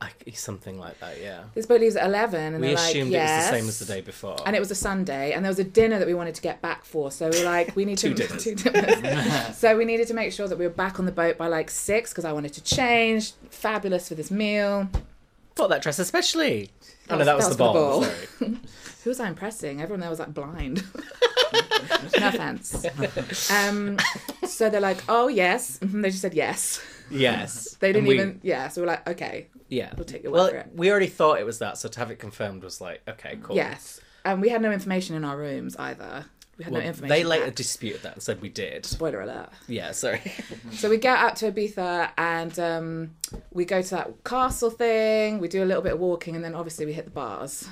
Speaker 1: I, something like that, yeah.
Speaker 2: This boat leaves at 11. And
Speaker 1: We
Speaker 2: they're like,
Speaker 1: assumed
Speaker 2: yes.
Speaker 1: it was the same as the day before.
Speaker 2: and it was a Sunday, and there was a dinner that we wanted to get back for. So we were like, we need
Speaker 1: Two
Speaker 2: to
Speaker 1: dinners.
Speaker 2: dinners. so we needed to make sure that we were back on the boat by like six because I wanted to change. Fabulous for this meal.
Speaker 1: bought that dress especially. oh no,
Speaker 2: was-
Speaker 1: that was,
Speaker 2: that
Speaker 1: the
Speaker 2: was the
Speaker 1: ball.
Speaker 2: ball.
Speaker 1: Sorry.
Speaker 2: Who was I impressing? Everyone there was like blind. no offense. Um, so they're like, oh yes. Mhm, They just said yes.
Speaker 1: Yes.
Speaker 2: They
Speaker 1: And
Speaker 2: didn't
Speaker 1: we-
Speaker 2: even. Yeah. So we're like, okay,
Speaker 1: Yeah.
Speaker 2: we'll take your
Speaker 1: well,
Speaker 2: word for it.
Speaker 1: we already thought it was that, so to have it confirmed was like, okay, cool.
Speaker 2: yes. And we had no information in our rooms either. We had
Speaker 1: Well,
Speaker 2: no information.
Speaker 1: they later
Speaker 2: back.
Speaker 1: disputed that and said we did.
Speaker 2: Spoiler alert.
Speaker 1: Yeah, sorry.
Speaker 2: So we get out to Ibiza and um, we go to that castle thing. We do a little bit of walking and then obviously we hit the bars.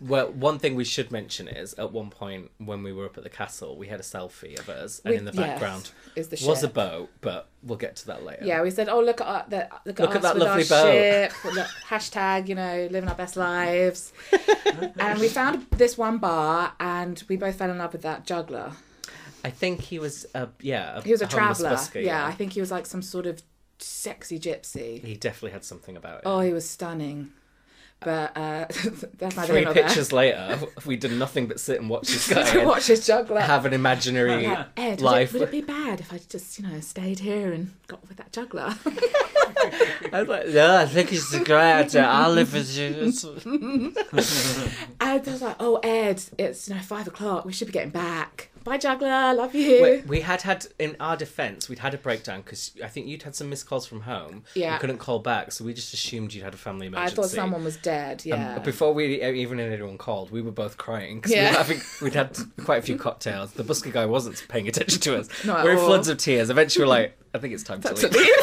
Speaker 1: Well, one thing we should mention is at one point when we were up at the castle, we had a selfie of us, and
Speaker 2: We-
Speaker 1: in the
Speaker 2: yes,
Speaker 1: background
Speaker 2: is the
Speaker 1: was a
Speaker 2: ship.
Speaker 1: boat, but we'll get to that later.
Speaker 2: Yeah, we said, oh look at our, the, look at,
Speaker 1: Look at
Speaker 2: us
Speaker 1: that
Speaker 2: with
Speaker 1: lovely
Speaker 2: our
Speaker 1: boat.
Speaker 2: ship. Well, look, hashtag you know living our best lives. and we found this one bar and we both fell in love with that juggler.
Speaker 1: I think he was a yeah. A
Speaker 2: He was a
Speaker 1: homeless
Speaker 2: traveller.
Speaker 1: busker,
Speaker 2: yeah, I think he was like some sort of sexy gypsy.
Speaker 1: he definitely had something about it.
Speaker 2: Oh, he was stunning. But uh, that's neither
Speaker 1: Three
Speaker 2: here nor there.
Speaker 1: pictures later, we did nothing but sit and watch this guy
Speaker 2: To
Speaker 1: and
Speaker 2: watch his juggler.
Speaker 1: have an imaginary
Speaker 2: Like, Ed, would it,
Speaker 1: life.
Speaker 2: would it be bad if I just, you know, stayed here and got with that juggler?
Speaker 1: I was like, no, I think he's a great idea. I'll live with you.
Speaker 2: and I was like, oh, Ed, it's, you know, five o'clock. We should be getting back. Bye, juggler. Love you.
Speaker 1: Wait, we had had in our defense, we'd had a breakdown because I think you'd had some missed calls from home.
Speaker 2: Yeah.
Speaker 1: you couldn't call back, so we just assumed you'd had a family
Speaker 2: I
Speaker 1: emergency.
Speaker 2: thought someone was dead.
Speaker 1: Um,
Speaker 2: Yeah.
Speaker 1: Before we even had anyone called, we were both crying because
Speaker 2: Yeah.
Speaker 1: we were having, we'd had quite a few cocktails. The busker guy wasn't paying attention to us.
Speaker 2: Not at
Speaker 1: we were in
Speaker 2: all.
Speaker 1: floods of tears. Eventually, we're like, I think it's time to leave.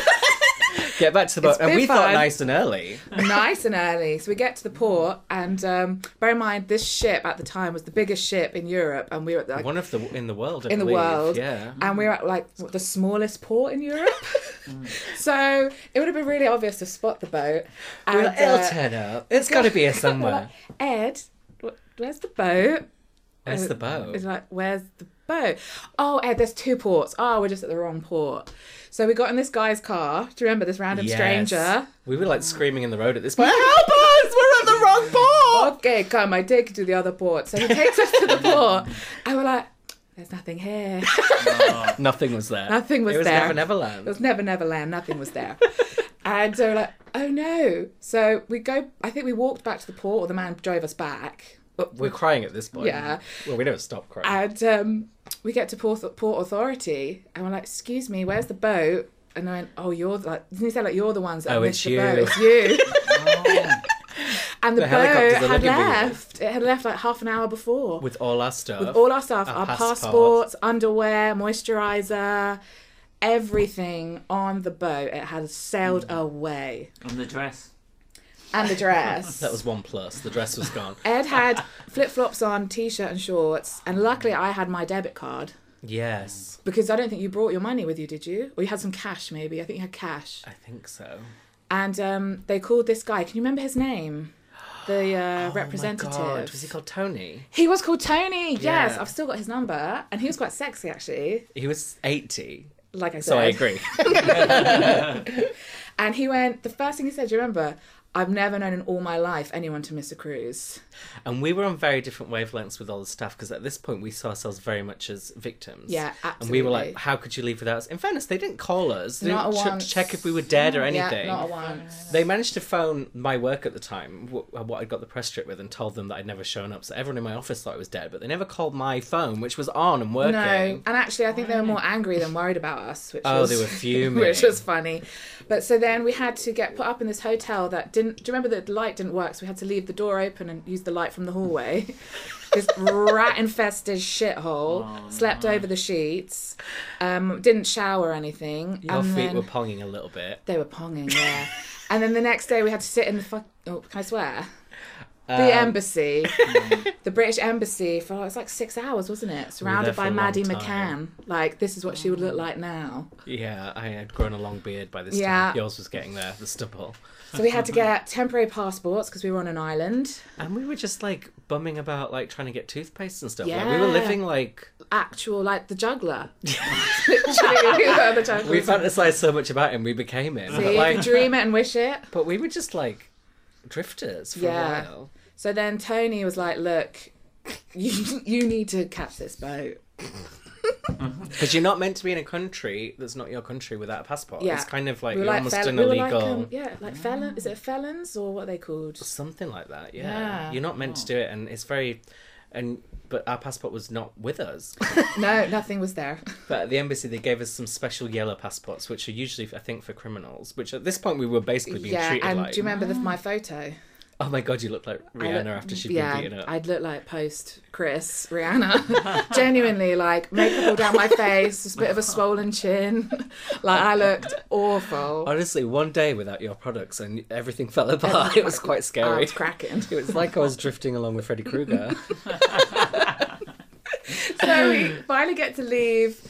Speaker 1: Get back to the boat,
Speaker 2: It's
Speaker 1: and
Speaker 2: been
Speaker 1: we thought
Speaker 2: fun.
Speaker 1: nice and early.
Speaker 2: nice and early. So we get to the port, and um, bear in mind, this ship at the time was the biggest ship in Europe, and we were at like,
Speaker 1: One of the in the world, I
Speaker 2: in the
Speaker 1: believe.
Speaker 2: world.
Speaker 1: Yeah.
Speaker 2: And we're at like the smallest port in Europe. so it would have been really obvious to spot the boat.
Speaker 1: We were
Speaker 2: And,
Speaker 1: like, it'll
Speaker 2: uh,
Speaker 1: turn up. It's got to be here somewhere.
Speaker 2: Ed, wh- where's the boat?
Speaker 1: Where's
Speaker 2: Uh,
Speaker 1: the boat?
Speaker 2: It's like, where's the boat? Oh, Ed, there's two ports. Oh, we're just at the wrong port. So we got in this guy's car. Do you remember this random
Speaker 1: Yes.
Speaker 2: stranger?
Speaker 1: We were like screaming in the road at this point. Help us! We're at the wrong port.
Speaker 2: Okay, come, I take you to the other port. So he takes us to the port, and we're like, there's nothing here.
Speaker 1: Oh, Nothing was there.
Speaker 2: Nothing was
Speaker 1: it was
Speaker 2: there.
Speaker 1: Never
Speaker 2: It
Speaker 1: Neverland.
Speaker 2: was never, never land. Nothing was there. and so we're like, oh no. So we go, I think we walked back to the port, or the man drove us back.
Speaker 1: We're crying at this point.
Speaker 2: Yeah.
Speaker 1: Well, we never stopped crying.
Speaker 2: And um, we get to Port, Port Authority, and we're like, "Excuse me, where's the boat?" And I went, "Oh, you're the, like, didn't he say like you're the ones that
Speaker 1: Oh, it's
Speaker 2: missed the
Speaker 1: you.
Speaker 2: boat? It's you."
Speaker 3: Oh,
Speaker 2: And the,
Speaker 1: The
Speaker 2: boat
Speaker 1: helicopters are
Speaker 2: had
Speaker 1: looking for you.
Speaker 2: left. It had left like half an hour before with,
Speaker 1: with all our stuff.
Speaker 2: all our stuff,
Speaker 1: our
Speaker 2: our
Speaker 1: passports.
Speaker 2: passports, underwear, moisturizer, everything on the boat. It had sailed
Speaker 1: Mm.
Speaker 2: away,
Speaker 3: and the dress.
Speaker 2: and the dress.
Speaker 1: That was one plus. The dress was gone.
Speaker 2: Ed had flip flops on, t shirt and shorts, and luckily I had my debit card.
Speaker 1: yes,
Speaker 2: Because I don't think you brought your money with you, did you? Or you had some cash, maybe. I think you had cash.
Speaker 1: I think so.
Speaker 2: And um, they called this guy. Can you remember his name? The uh,
Speaker 1: Oh my
Speaker 2: representative.
Speaker 1: God, Was he called Tony?
Speaker 2: He was called Tony. Yes,
Speaker 1: Yeah.
Speaker 2: I've still got his number, and he was quite sexy actually.
Speaker 1: He was eighty.
Speaker 2: Like I said.
Speaker 1: So I agree.
Speaker 2: And he went. The first thing he said, do you remember? I've never known in all my life anyone to miss a cruise.
Speaker 1: and we were on very different wavelengths with all the stuff because at this point we saw ourselves very much as victims.
Speaker 2: Yeah,
Speaker 1: And we were like,
Speaker 2: absolutely.
Speaker 1: "How could you leave without us?" In fairness, they didn't call us. They
Speaker 2: Not
Speaker 1: didn't
Speaker 2: a
Speaker 1: ch-
Speaker 2: once.
Speaker 1: check if we were dead or anything.
Speaker 2: Yeah, not once.
Speaker 1: They managed to phone my work at the time, wh- uh, what I'd got the press trip with, and told them that I'd never shown up. So everyone in my office thought I was dead, but they never called my phone, which was on and working.
Speaker 2: No, and actually, I think they were more angry than worried about us, which
Speaker 1: Oh,
Speaker 2: was,
Speaker 1: they were fuming.
Speaker 2: which was funny. But so then we had to get put up in this hotel that didn't. Do you remember the light didn't work? So we had to leave the door open and use the light from the hallway. this rat-infested shithole.
Speaker 3: Oh,
Speaker 2: slept
Speaker 3: no.
Speaker 2: over the sheets. Um, didn't shower or anything.
Speaker 1: Your
Speaker 2: and
Speaker 1: feet
Speaker 2: then
Speaker 1: were ponging a little bit.
Speaker 2: they were ponging, yeah. and then the next day we had to sit in the fuck. Oh, can I swear? The
Speaker 1: Um,
Speaker 2: embassy, the British embassy for it was like six hours, wasn't it?
Speaker 1: there
Speaker 2: Surrounded
Speaker 1: for
Speaker 2: by
Speaker 1: a long
Speaker 2: Maddie McCann.
Speaker 1: time.
Speaker 2: Like this is what she would look like now.
Speaker 1: Yeah, I had grown a long beard by this
Speaker 2: Yeah.
Speaker 1: time. Yours was getting there, the stubble.
Speaker 2: So we had to get temporary passports because we were on an island.
Speaker 1: And we were just like bumming about, like trying to get toothpaste and stuff. Like, we were
Speaker 2: Yeah.
Speaker 1: living like
Speaker 2: Actual like the juggler. Literally, we were the juggler.
Speaker 1: we fantasized so much about him, we became him. But,
Speaker 2: See,
Speaker 1: like,
Speaker 2: if you dream it and wish it.
Speaker 1: but we were just like drifters for
Speaker 2: Yeah.
Speaker 1: a while.
Speaker 2: So then Tony was like, "Look, you you need to catch this boat."
Speaker 1: Because you're not meant to be in a country that's not your country without a passport.
Speaker 2: Yeah.
Speaker 1: It's kind of like
Speaker 2: We were
Speaker 1: you're
Speaker 2: like,
Speaker 1: almost
Speaker 2: fel-
Speaker 1: an
Speaker 2: we were
Speaker 1: illegal.
Speaker 2: like um, yeah,
Speaker 1: Mm.
Speaker 2: like felon. Is it felons or what are they called?
Speaker 1: Something like that, yeah.
Speaker 2: Yeah.
Speaker 1: You're not meant to do it, and it's very. and But our passport was not with us.
Speaker 2: No, nothing was there.
Speaker 1: But at the embassy, they gave us some special yellow passports, which are usually, I think, for criminals, which at this point we were basically being
Speaker 2: yeah,
Speaker 1: treated
Speaker 2: and
Speaker 1: like.
Speaker 2: do you remember the, my photo?
Speaker 1: Oh my god, you look like Rihanna after she'd
Speaker 2: yeah,
Speaker 1: been beaten up.
Speaker 2: I'd look like post Chris Rihanna. Genuinely, like makeup all down my face, just a bit of a swollen chin. like I looked awful.
Speaker 1: Honestly, one day without your products and everything fell apart. It was quite
Speaker 2: I
Speaker 1: scary.
Speaker 2: was cracking.
Speaker 1: It was like I was drifting along with Freddy Krueger.
Speaker 2: so we finally get to leave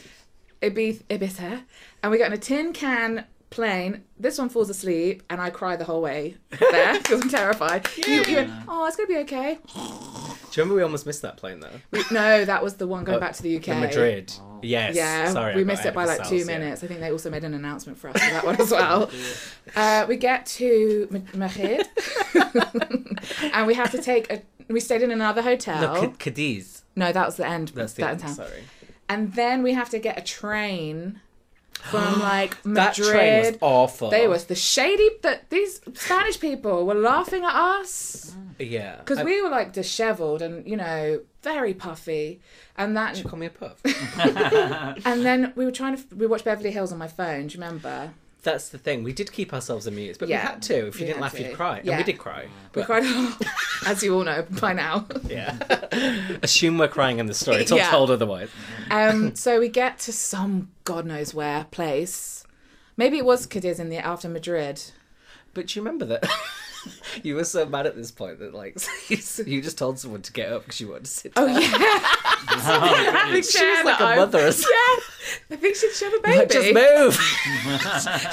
Speaker 2: Ibiza, Ibiza and we get on a tin can plane. This one falls asleep, and I cry the whole way there because I'm terrified. You, you went, oh, it's gonna be okay.
Speaker 1: Do you remember we almost missed that plane though?
Speaker 2: We- no, that was the one going
Speaker 1: Oh,
Speaker 2: back to the UK.
Speaker 1: In Madrid. Yes.
Speaker 2: Yeah,
Speaker 1: Sorry, I
Speaker 2: we
Speaker 1: got
Speaker 2: missed
Speaker 1: ahead
Speaker 2: it by
Speaker 1: of
Speaker 2: like two
Speaker 1: ourselves, yeah.
Speaker 2: minutes. I think they also made an announcement for us for that one as well. Uh, we get to Ma- Madrid, and we have to take a. We stayed in another hotel.
Speaker 1: No, C- Cadiz.
Speaker 2: no, that was the end.
Speaker 1: That's the
Speaker 2: that
Speaker 1: end.
Speaker 2: town.
Speaker 1: Sorry.
Speaker 2: And then we have to get a train from like
Speaker 1: That
Speaker 2: Madrid.
Speaker 1: train was awful.
Speaker 2: they was the shady that these Spanish people were laughing at us
Speaker 1: Yeah.
Speaker 2: because
Speaker 1: Mm-hmm. I-
Speaker 2: we were like dishevelled and you know very puffy, and that
Speaker 1: She called me a puff.
Speaker 2: and then we were trying to we watched Beverly Hills on my phone. Do you remember?
Speaker 1: That's the thing. We did keep ourselves amused, but
Speaker 2: Yeah.
Speaker 1: we had to. If you
Speaker 2: We
Speaker 1: didn't
Speaker 2: had
Speaker 1: laugh,
Speaker 2: to.
Speaker 1: you'd cry. And
Speaker 2: Yeah.
Speaker 1: we did cry.
Speaker 2: We
Speaker 1: But,
Speaker 2: cried a lot, as you all know by now.
Speaker 1: yeah. Assume we're crying in the story. It's all
Speaker 2: Yeah.
Speaker 1: told otherwise.
Speaker 2: Um, so we get to some god knows where place. Maybe it was Cadiz in the after Madrid.
Speaker 1: But do you remember that? you were so mad at this point that, like, you s- you just told someone to get up because you wanted to sit down.
Speaker 2: Oh yeah,
Speaker 3: Oh,
Speaker 2: having
Speaker 3: brilliant.
Speaker 1: She was like a mother or something.
Speaker 2: Yeah, I think she'd shove a baby.
Speaker 1: Like, just move.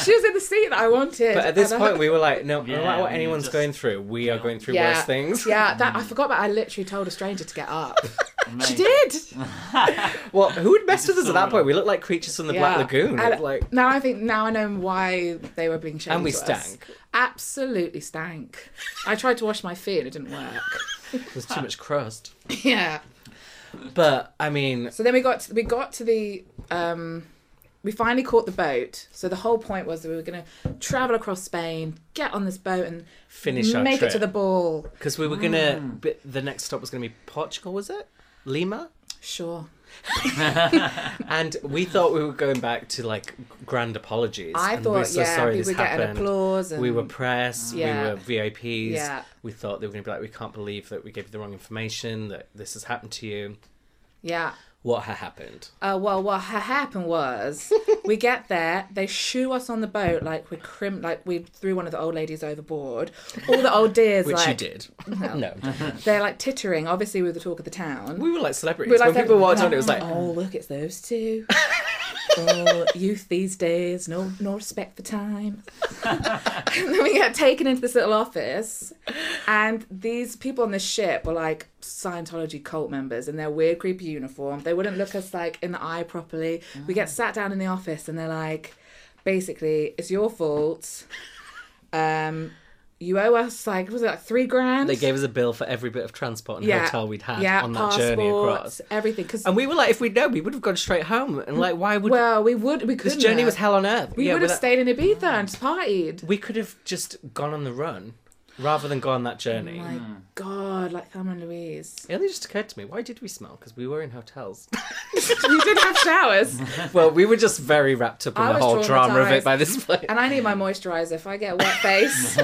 Speaker 2: She was in the seat that I wanted.
Speaker 1: But at this
Speaker 2: and I-
Speaker 1: point, we were like, no, no
Speaker 3: Yeah,
Speaker 1: matter what
Speaker 3: we
Speaker 1: anyone's
Speaker 3: just-
Speaker 1: going through, we are going through
Speaker 2: Yeah.
Speaker 1: worse things.
Speaker 2: yeah, that I forgot. But I literally told a stranger to get up. she
Speaker 3: Amazing.
Speaker 2: did.
Speaker 1: Well, who would mess with us at
Speaker 3: saw
Speaker 1: that
Speaker 3: it.
Speaker 1: point? We looked like creatures from the Black
Speaker 2: Yeah.
Speaker 1: Lagoon.
Speaker 2: And
Speaker 1: It's like,
Speaker 2: now I think now I know why they were being shady.
Speaker 1: And we
Speaker 2: to us.
Speaker 1: stank.
Speaker 2: Absolutely stank. I tried to wash my feet and it didn't work.
Speaker 1: there's too much crust.
Speaker 2: yeah.
Speaker 1: But I mean,
Speaker 2: So then we got to, we got to the um, we finally caught the boat. So the whole point was that we were going to travel across Spain, get on this boat, and
Speaker 1: finish our
Speaker 2: make
Speaker 1: trip
Speaker 2: it to the ball.
Speaker 1: because we were gonna.
Speaker 3: Hmm.
Speaker 1: But the next stop was gonna be Portugal, was it? Lima,
Speaker 2: Sure.
Speaker 1: and we thought we were going back to like grand apologies.
Speaker 2: I
Speaker 1: and
Speaker 2: thought,
Speaker 1: we were so
Speaker 2: yeah,
Speaker 1: sorry
Speaker 2: we
Speaker 1: this
Speaker 2: would get an
Speaker 1: happened.
Speaker 2: applause. And
Speaker 1: we were press, we
Speaker 2: Yeah.
Speaker 1: were VIPs.
Speaker 2: Yeah.
Speaker 1: We thought they were gonna be like, we can't believe that we gave you the wrong information, that this has happened to you.
Speaker 2: yeah.
Speaker 1: What had happened?
Speaker 2: Uh, well, what ha- happened was we get there, they shoo us on the boat like we crim, like we threw one of the old ladies overboard. All the old deers,
Speaker 1: Which
Speaker 2: like
Speaker 1: you did. No.
Speaker 2: they're like tittering. Obviously, we were the talk of the town.
Speaker 1: we were like celebrities.
Speaker 2: We were like
Speaker 1: when people
Speaker 2: that-
Speaker 1: walked on, it was like,
Speaker 2: oh, look, it's those two. oh, youth these days, no, no respect for time. and then we get taken into this little office, and these people on the ship were like Scientology cult members in their weird, creepy uniform. They wouldn't look us like in the eye properly. We get sat down in the office, and they're like, basically, it's your fault. Um, you owe us like was it like three grand?
Speaker 1: they gave us a bill for every bit of transport and hotel we'd had
Speaker 2: yeah,
Speaker 1: on that journey
Speaker 2: passports,
Speaker 1: across.
Speaker 2: everything. Because
Speaker 1: And we were like, if we'd known, we would have gone straight home. And like, why would
Speaker 2: Well, we would. We
Speaker 1: this
Speaker 2: couldn't.
Speaker 1: journey
Speaker 2: have.
Speaker 1: was hell on earth?
Speaker 2: We
Speaker 1: Yeah,
Speaker 2: would have
Speaker 1: without-
Speaker 2: stayed in Ibiza and just partied.
Speaker 1: We could have just gone on the run rather than go on that journey.
Speaker 2: Oh My God, like Thelma and Louise.
Speaker 1: It only just occurred to me, why did we smell? Because we were in hotels.
Speaker 2: we did have showers,
Speaker 1: well, we were just very wrapped up in
Speaker 2: I
Speaker 1: the
Speaker 2: was
Speaker 1: whole drama of it
Speaker 2: traumatised.
Speaker 1: by this point.
Speaker 2: and I need my moisturizer if I get a wet face.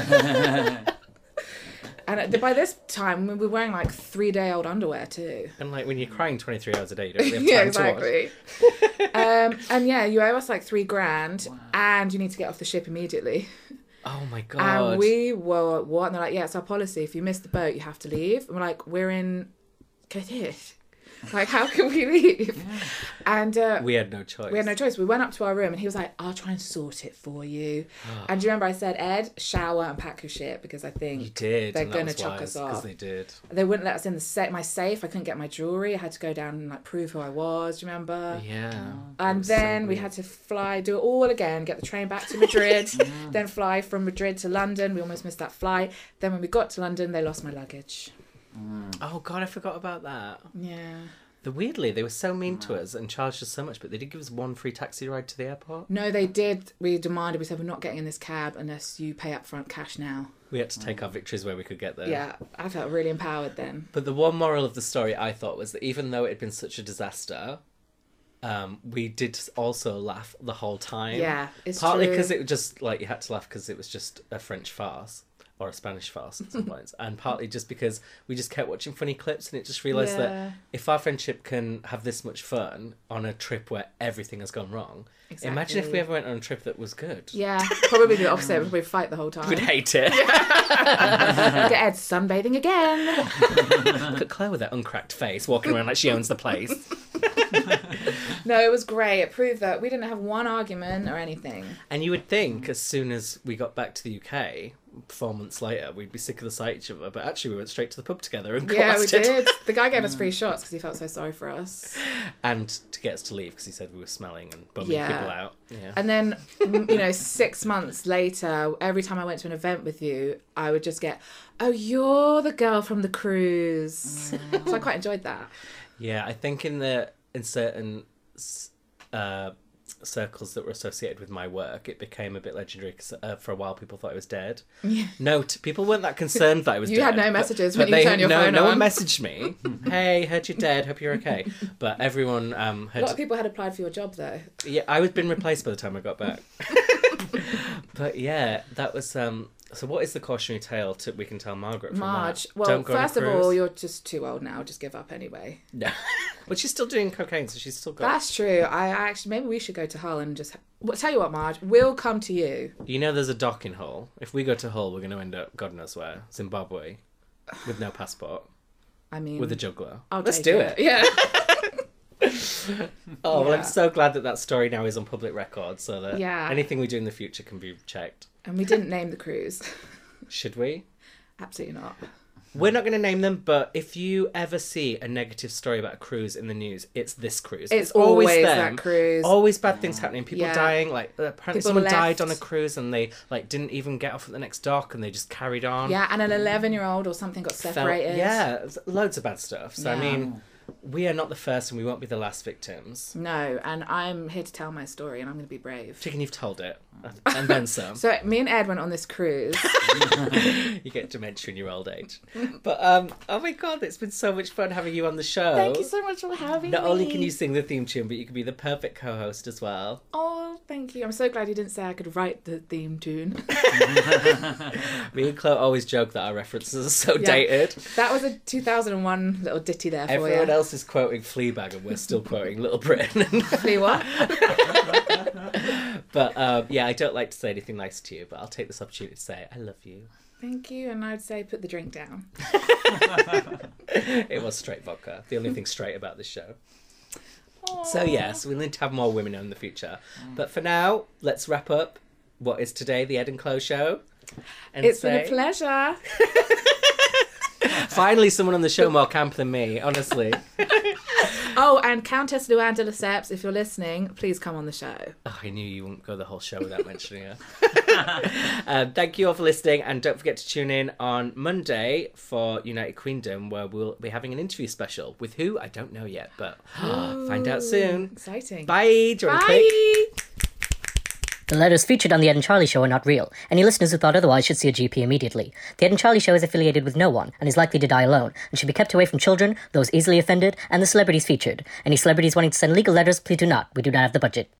Speaker 2: and at- by this time, we were wearing like three-day-old underwear too.
Speaker 1: And like, when you're crying 23 hours a day, you don't really have time
Speaker 2: yeah,
Speaker 1: to watch.
Speaker 2: exactly. um, and yeah, you owe us like three grand, and you need to get off the ship immediately.
Speaker 1: Oh my god.
Speaker 2: And we were what? And they're like, yeah, it's our policy. If you miss the boat, you have to leave. And we're like, we're in Cadiz. Like, how can we leave? And uh, we,
Speaker 1: We had no choice.
Speaker 2: had no choice. We went up to our room and he was like, I'll try and sort it for you. and do you remember I said, Ed, shower and pack your shit because I think
Speaker 1: You did.
Speaker 2: they're
Speaker 1: and that
Speaker 2: going to
Speaker 1: was
Speaker 2: chuck us
Speaker 1: Because
Speaker 2: off.
Speaker 1: they did.
Speaker 2: They wouldn't let us in the set, my safe. I couldn't get my jewelry. I had to go down and like prove who I was. Do you
Speaker 1: Uh,
Speaker 2: remember?
Speaker 1: Yeah.
Speaker 2: And then we had to fly, do it all again, get the train back to Madrid,
Speaker 3: Mm.
Speaker 2: then fly from Madrid to London. We almost missed that flight. Then when we got to London, they lost my luggage.
Speaker 3: Mm.
Speaker 1: Oh god, I forgot about that.
Speaker 2: Yeah.
Speaker 1: The weirdly, they were so mean to us and charged us so much, but they did give us one free taxi ride to the airport.
Speaker 2: No, they did. We demanded, we said, we're not getting in this cab unless you pay up front cash now.
Speaker 1: We had to take our victories where we could get them.
Speaker 2: Yeah, I felt really empowered then.
Speaker 1: But the one moral of the story I thought was that even though it had been such a disaster, um, we did also laugh the whole time.
Speaker 2: Yeah, it's
Speaker 1: partly
Speaker 2: true.
Speaker 1: because it was just like you had to laugh because it was just a French farce, or a Spanish fast at some points, and partly just because we just kept watching funny clips, and it just realised that
Speaker 2: Yeah.
Speaker 1: if our friendship can have this much fun on a trip where everything has gone wrong, imagine if we
Speaker 2: Exactly.
Speaker 1: ever went on a trip that was good.
Speaker 2: Yeah, probably the opposite. We'd probably fight the whole time.
Speaker 1: We'd hate it.
Speaker 2: Get Ed sunbathing again.
Speaker 1: Look at Claire with her uncracked face walking around like she owns the place.
Speaker 2: No, it was great. It proved that we didn't have one argument or anything.
Speaker 1: And you would think as soon as we got back to the UK, four months later, we'd be sick of the sight of each other, but actually we went straight to the pub together and
Speaker 2: Yeah, we
Speaker 1: clashed it.
Speaker 2: did. The guy gave us free shots because he felt so sorry for us.
Speaker 1: And to get us to leave because he said we were smelling and bumming
Speaker 2: Yeah.
Speaker 1: people out. Yeah.
Speaker 2: And then, m- you know, six months later, every time I went to an event with you, I would just get, "Oh, you're the girl from the cruise."
Speaker 1: Mm.
Speaker 2: So I quite enjoyed that.
Speaker 1: Yeah, I think in the in certain s- uh, circles that were associated with my work, it became a bit legendary because uh, for a while people thought I was dead. Yeah. No, t- people weren't that concerned that I was
Speaker 2: You
Speaker 1: dead.
Speaker 2: had no
Speaker 1: but-
Speaker 2: messages
Speaker 1: but
Speaker 2: when you
Speaker 1: they-
Speaker 2: turned your
Speaker 1: no,
Speaker 2: phone
Speaker 1: No
Speaker 2: on.
Speaker 1: one messaged me. hey, heard you're dead. Hope you're okay. But everyone um,
Speaker 2: A
Speaker 1: had.
Speaker 2: lot of people had applied for your job though.
Speaker 1: Yeah, I was been replaced by the time I got back. but yeah, that was. um So, what is the cautionary tale to, we can tell Margaret? From
Speaker 2: Marge.
Speaker 1: that?
Speaker 2: Well,
Speaker 1: Don't go on a
Speaker 2: first of
Speaker 1: cruise.
Speaker 2: all, you're just too old now. Just give up anyway.
Speaker 1: no. but she's still doing cocaine, so she's still got.
Speaker 2: That's true. I I actually maybe we should go to Hull and just. Well, tell you what, Marge, we'll come to you.
Speaker 1: You know, there's a dock in Hull. If we go to Hull, we're going to end up God knows where, Zimbabwe, with no passport,
Speaker 2: I mean,
Speaker 1: with a juggler.
Speaker 2: I'll
Speaker 1: Let's
Speaker 2: take
Speaker 1: do
Speaker 2: it.
Speaker 1: it.
Speaker 2: Yeah.
Speaker 1: Oh, well,
Speaker 2: Yeah.
Speaker 1: I'm so glad that that story now is on public record, so that
Speaker 2: Yeah.
Speaker 1: anything we do in the future can be checked.
Speaker 2: and we didn't name the cruise.
Speaker 1: Should we?
Speaker 2: Absolutely not.
Speaker 1: We're not going to name them, but if you ever see a negative story about a cruise in the news, it's this cruise.
Speaker 2: It's always that cruise.
Speaker 1: Always bad things happening. People
Speaker 2: Yeah.
Speaker 1: dying. Like apparently
Speaker 2: People
Speaker 1: someone
Speaker 2: left.
Speaker 1: died on a cruise and they like didn't even get off at the next dock and they just carried on.
Speaker 2: Yeah, and an eleven-year-old or something got
Speaker 1: felt-
Speaker 2: separated.
Speaker 1: yeah, it was loads of bad stuff. So I
Speaker 2: Yeah.
Speaker 1: mean, we are not the first, and we won't be the last victims.
Speaker 2: No, and I'm here to tell my story, and I'm going to be brave.
Speaker 1: Chicken, you've told it, and then some.
Speaker 2: So me and Ed went on this cruise.
Speaker 1: you get dementia in your old age. But um, oh my god, it's been so much fun having you on the show.
Speaker 2: Thank you so much for having
Speaker 1: Not
Speaker 2: me.
Speaker 1: only can you sing the theme tune, but you can be the perfect co-host as well.
Speaker 2: Oh, thank you. I'm so glad you didn't say I could write the theme tune.
Speaker 1: Me and Chloe always joke that our references are so
Speaker 2: Yeah. Oh,
Speaker 1: dated.
Speaker 2: that was a 2001 little ditty there for
Speaker 1: Everyone
Speaker 2: you.
Speaker 1: else is quoting Fleabag, and we're still quoting Little Britain.
Speaker 2: Hopefully what?
Speaker 1: but um, yeah, I don't like to say anything nice to you, but I'll take this opportunity to say I love you.
Speaker 2: Thank you, and I'd say put the drink down.
Speaker 1: it was straight vodka. The only thing straight about this show. So yes, we'll need to have more women on in the future.
Speaker 2: Mm.
Speaker 1: But for now, let's wrap up what is today the Ed and Chloe show. And
Speaker 2: It's
Speaker 1: say-
Speaker 2: been a pleasure.
Speaker 1: Finally, someone on the show more camp than me. Honestly,
Speaker 2: Oh, and Countess Luann de Lesseps, if you're listening, please come on the show.
Speaker 1: oh, I knew you wouldn't go the whole show without mentioning her. um, thank you all for listening, and don't forget to tune in on Monday for United Queendom, where we'll be having an interview special with who I don't know yet, but find out soon.
Speaker 2: Exciting.
Speaker 1: Bye. Do you want to click?
Speaker 2: Bye.
Speaker 4: The letters featured on The Ed and Charlie Show are not real. Any listeners who thought otherwise should see a GP immediately. The Ed and Charlie Show is affiliated with no one and is likely to die alone, and should be kept away from children, those easily offended, and the celebrities featured. Any celebrities wanting to send legal letters, please do not. We do not have the budget.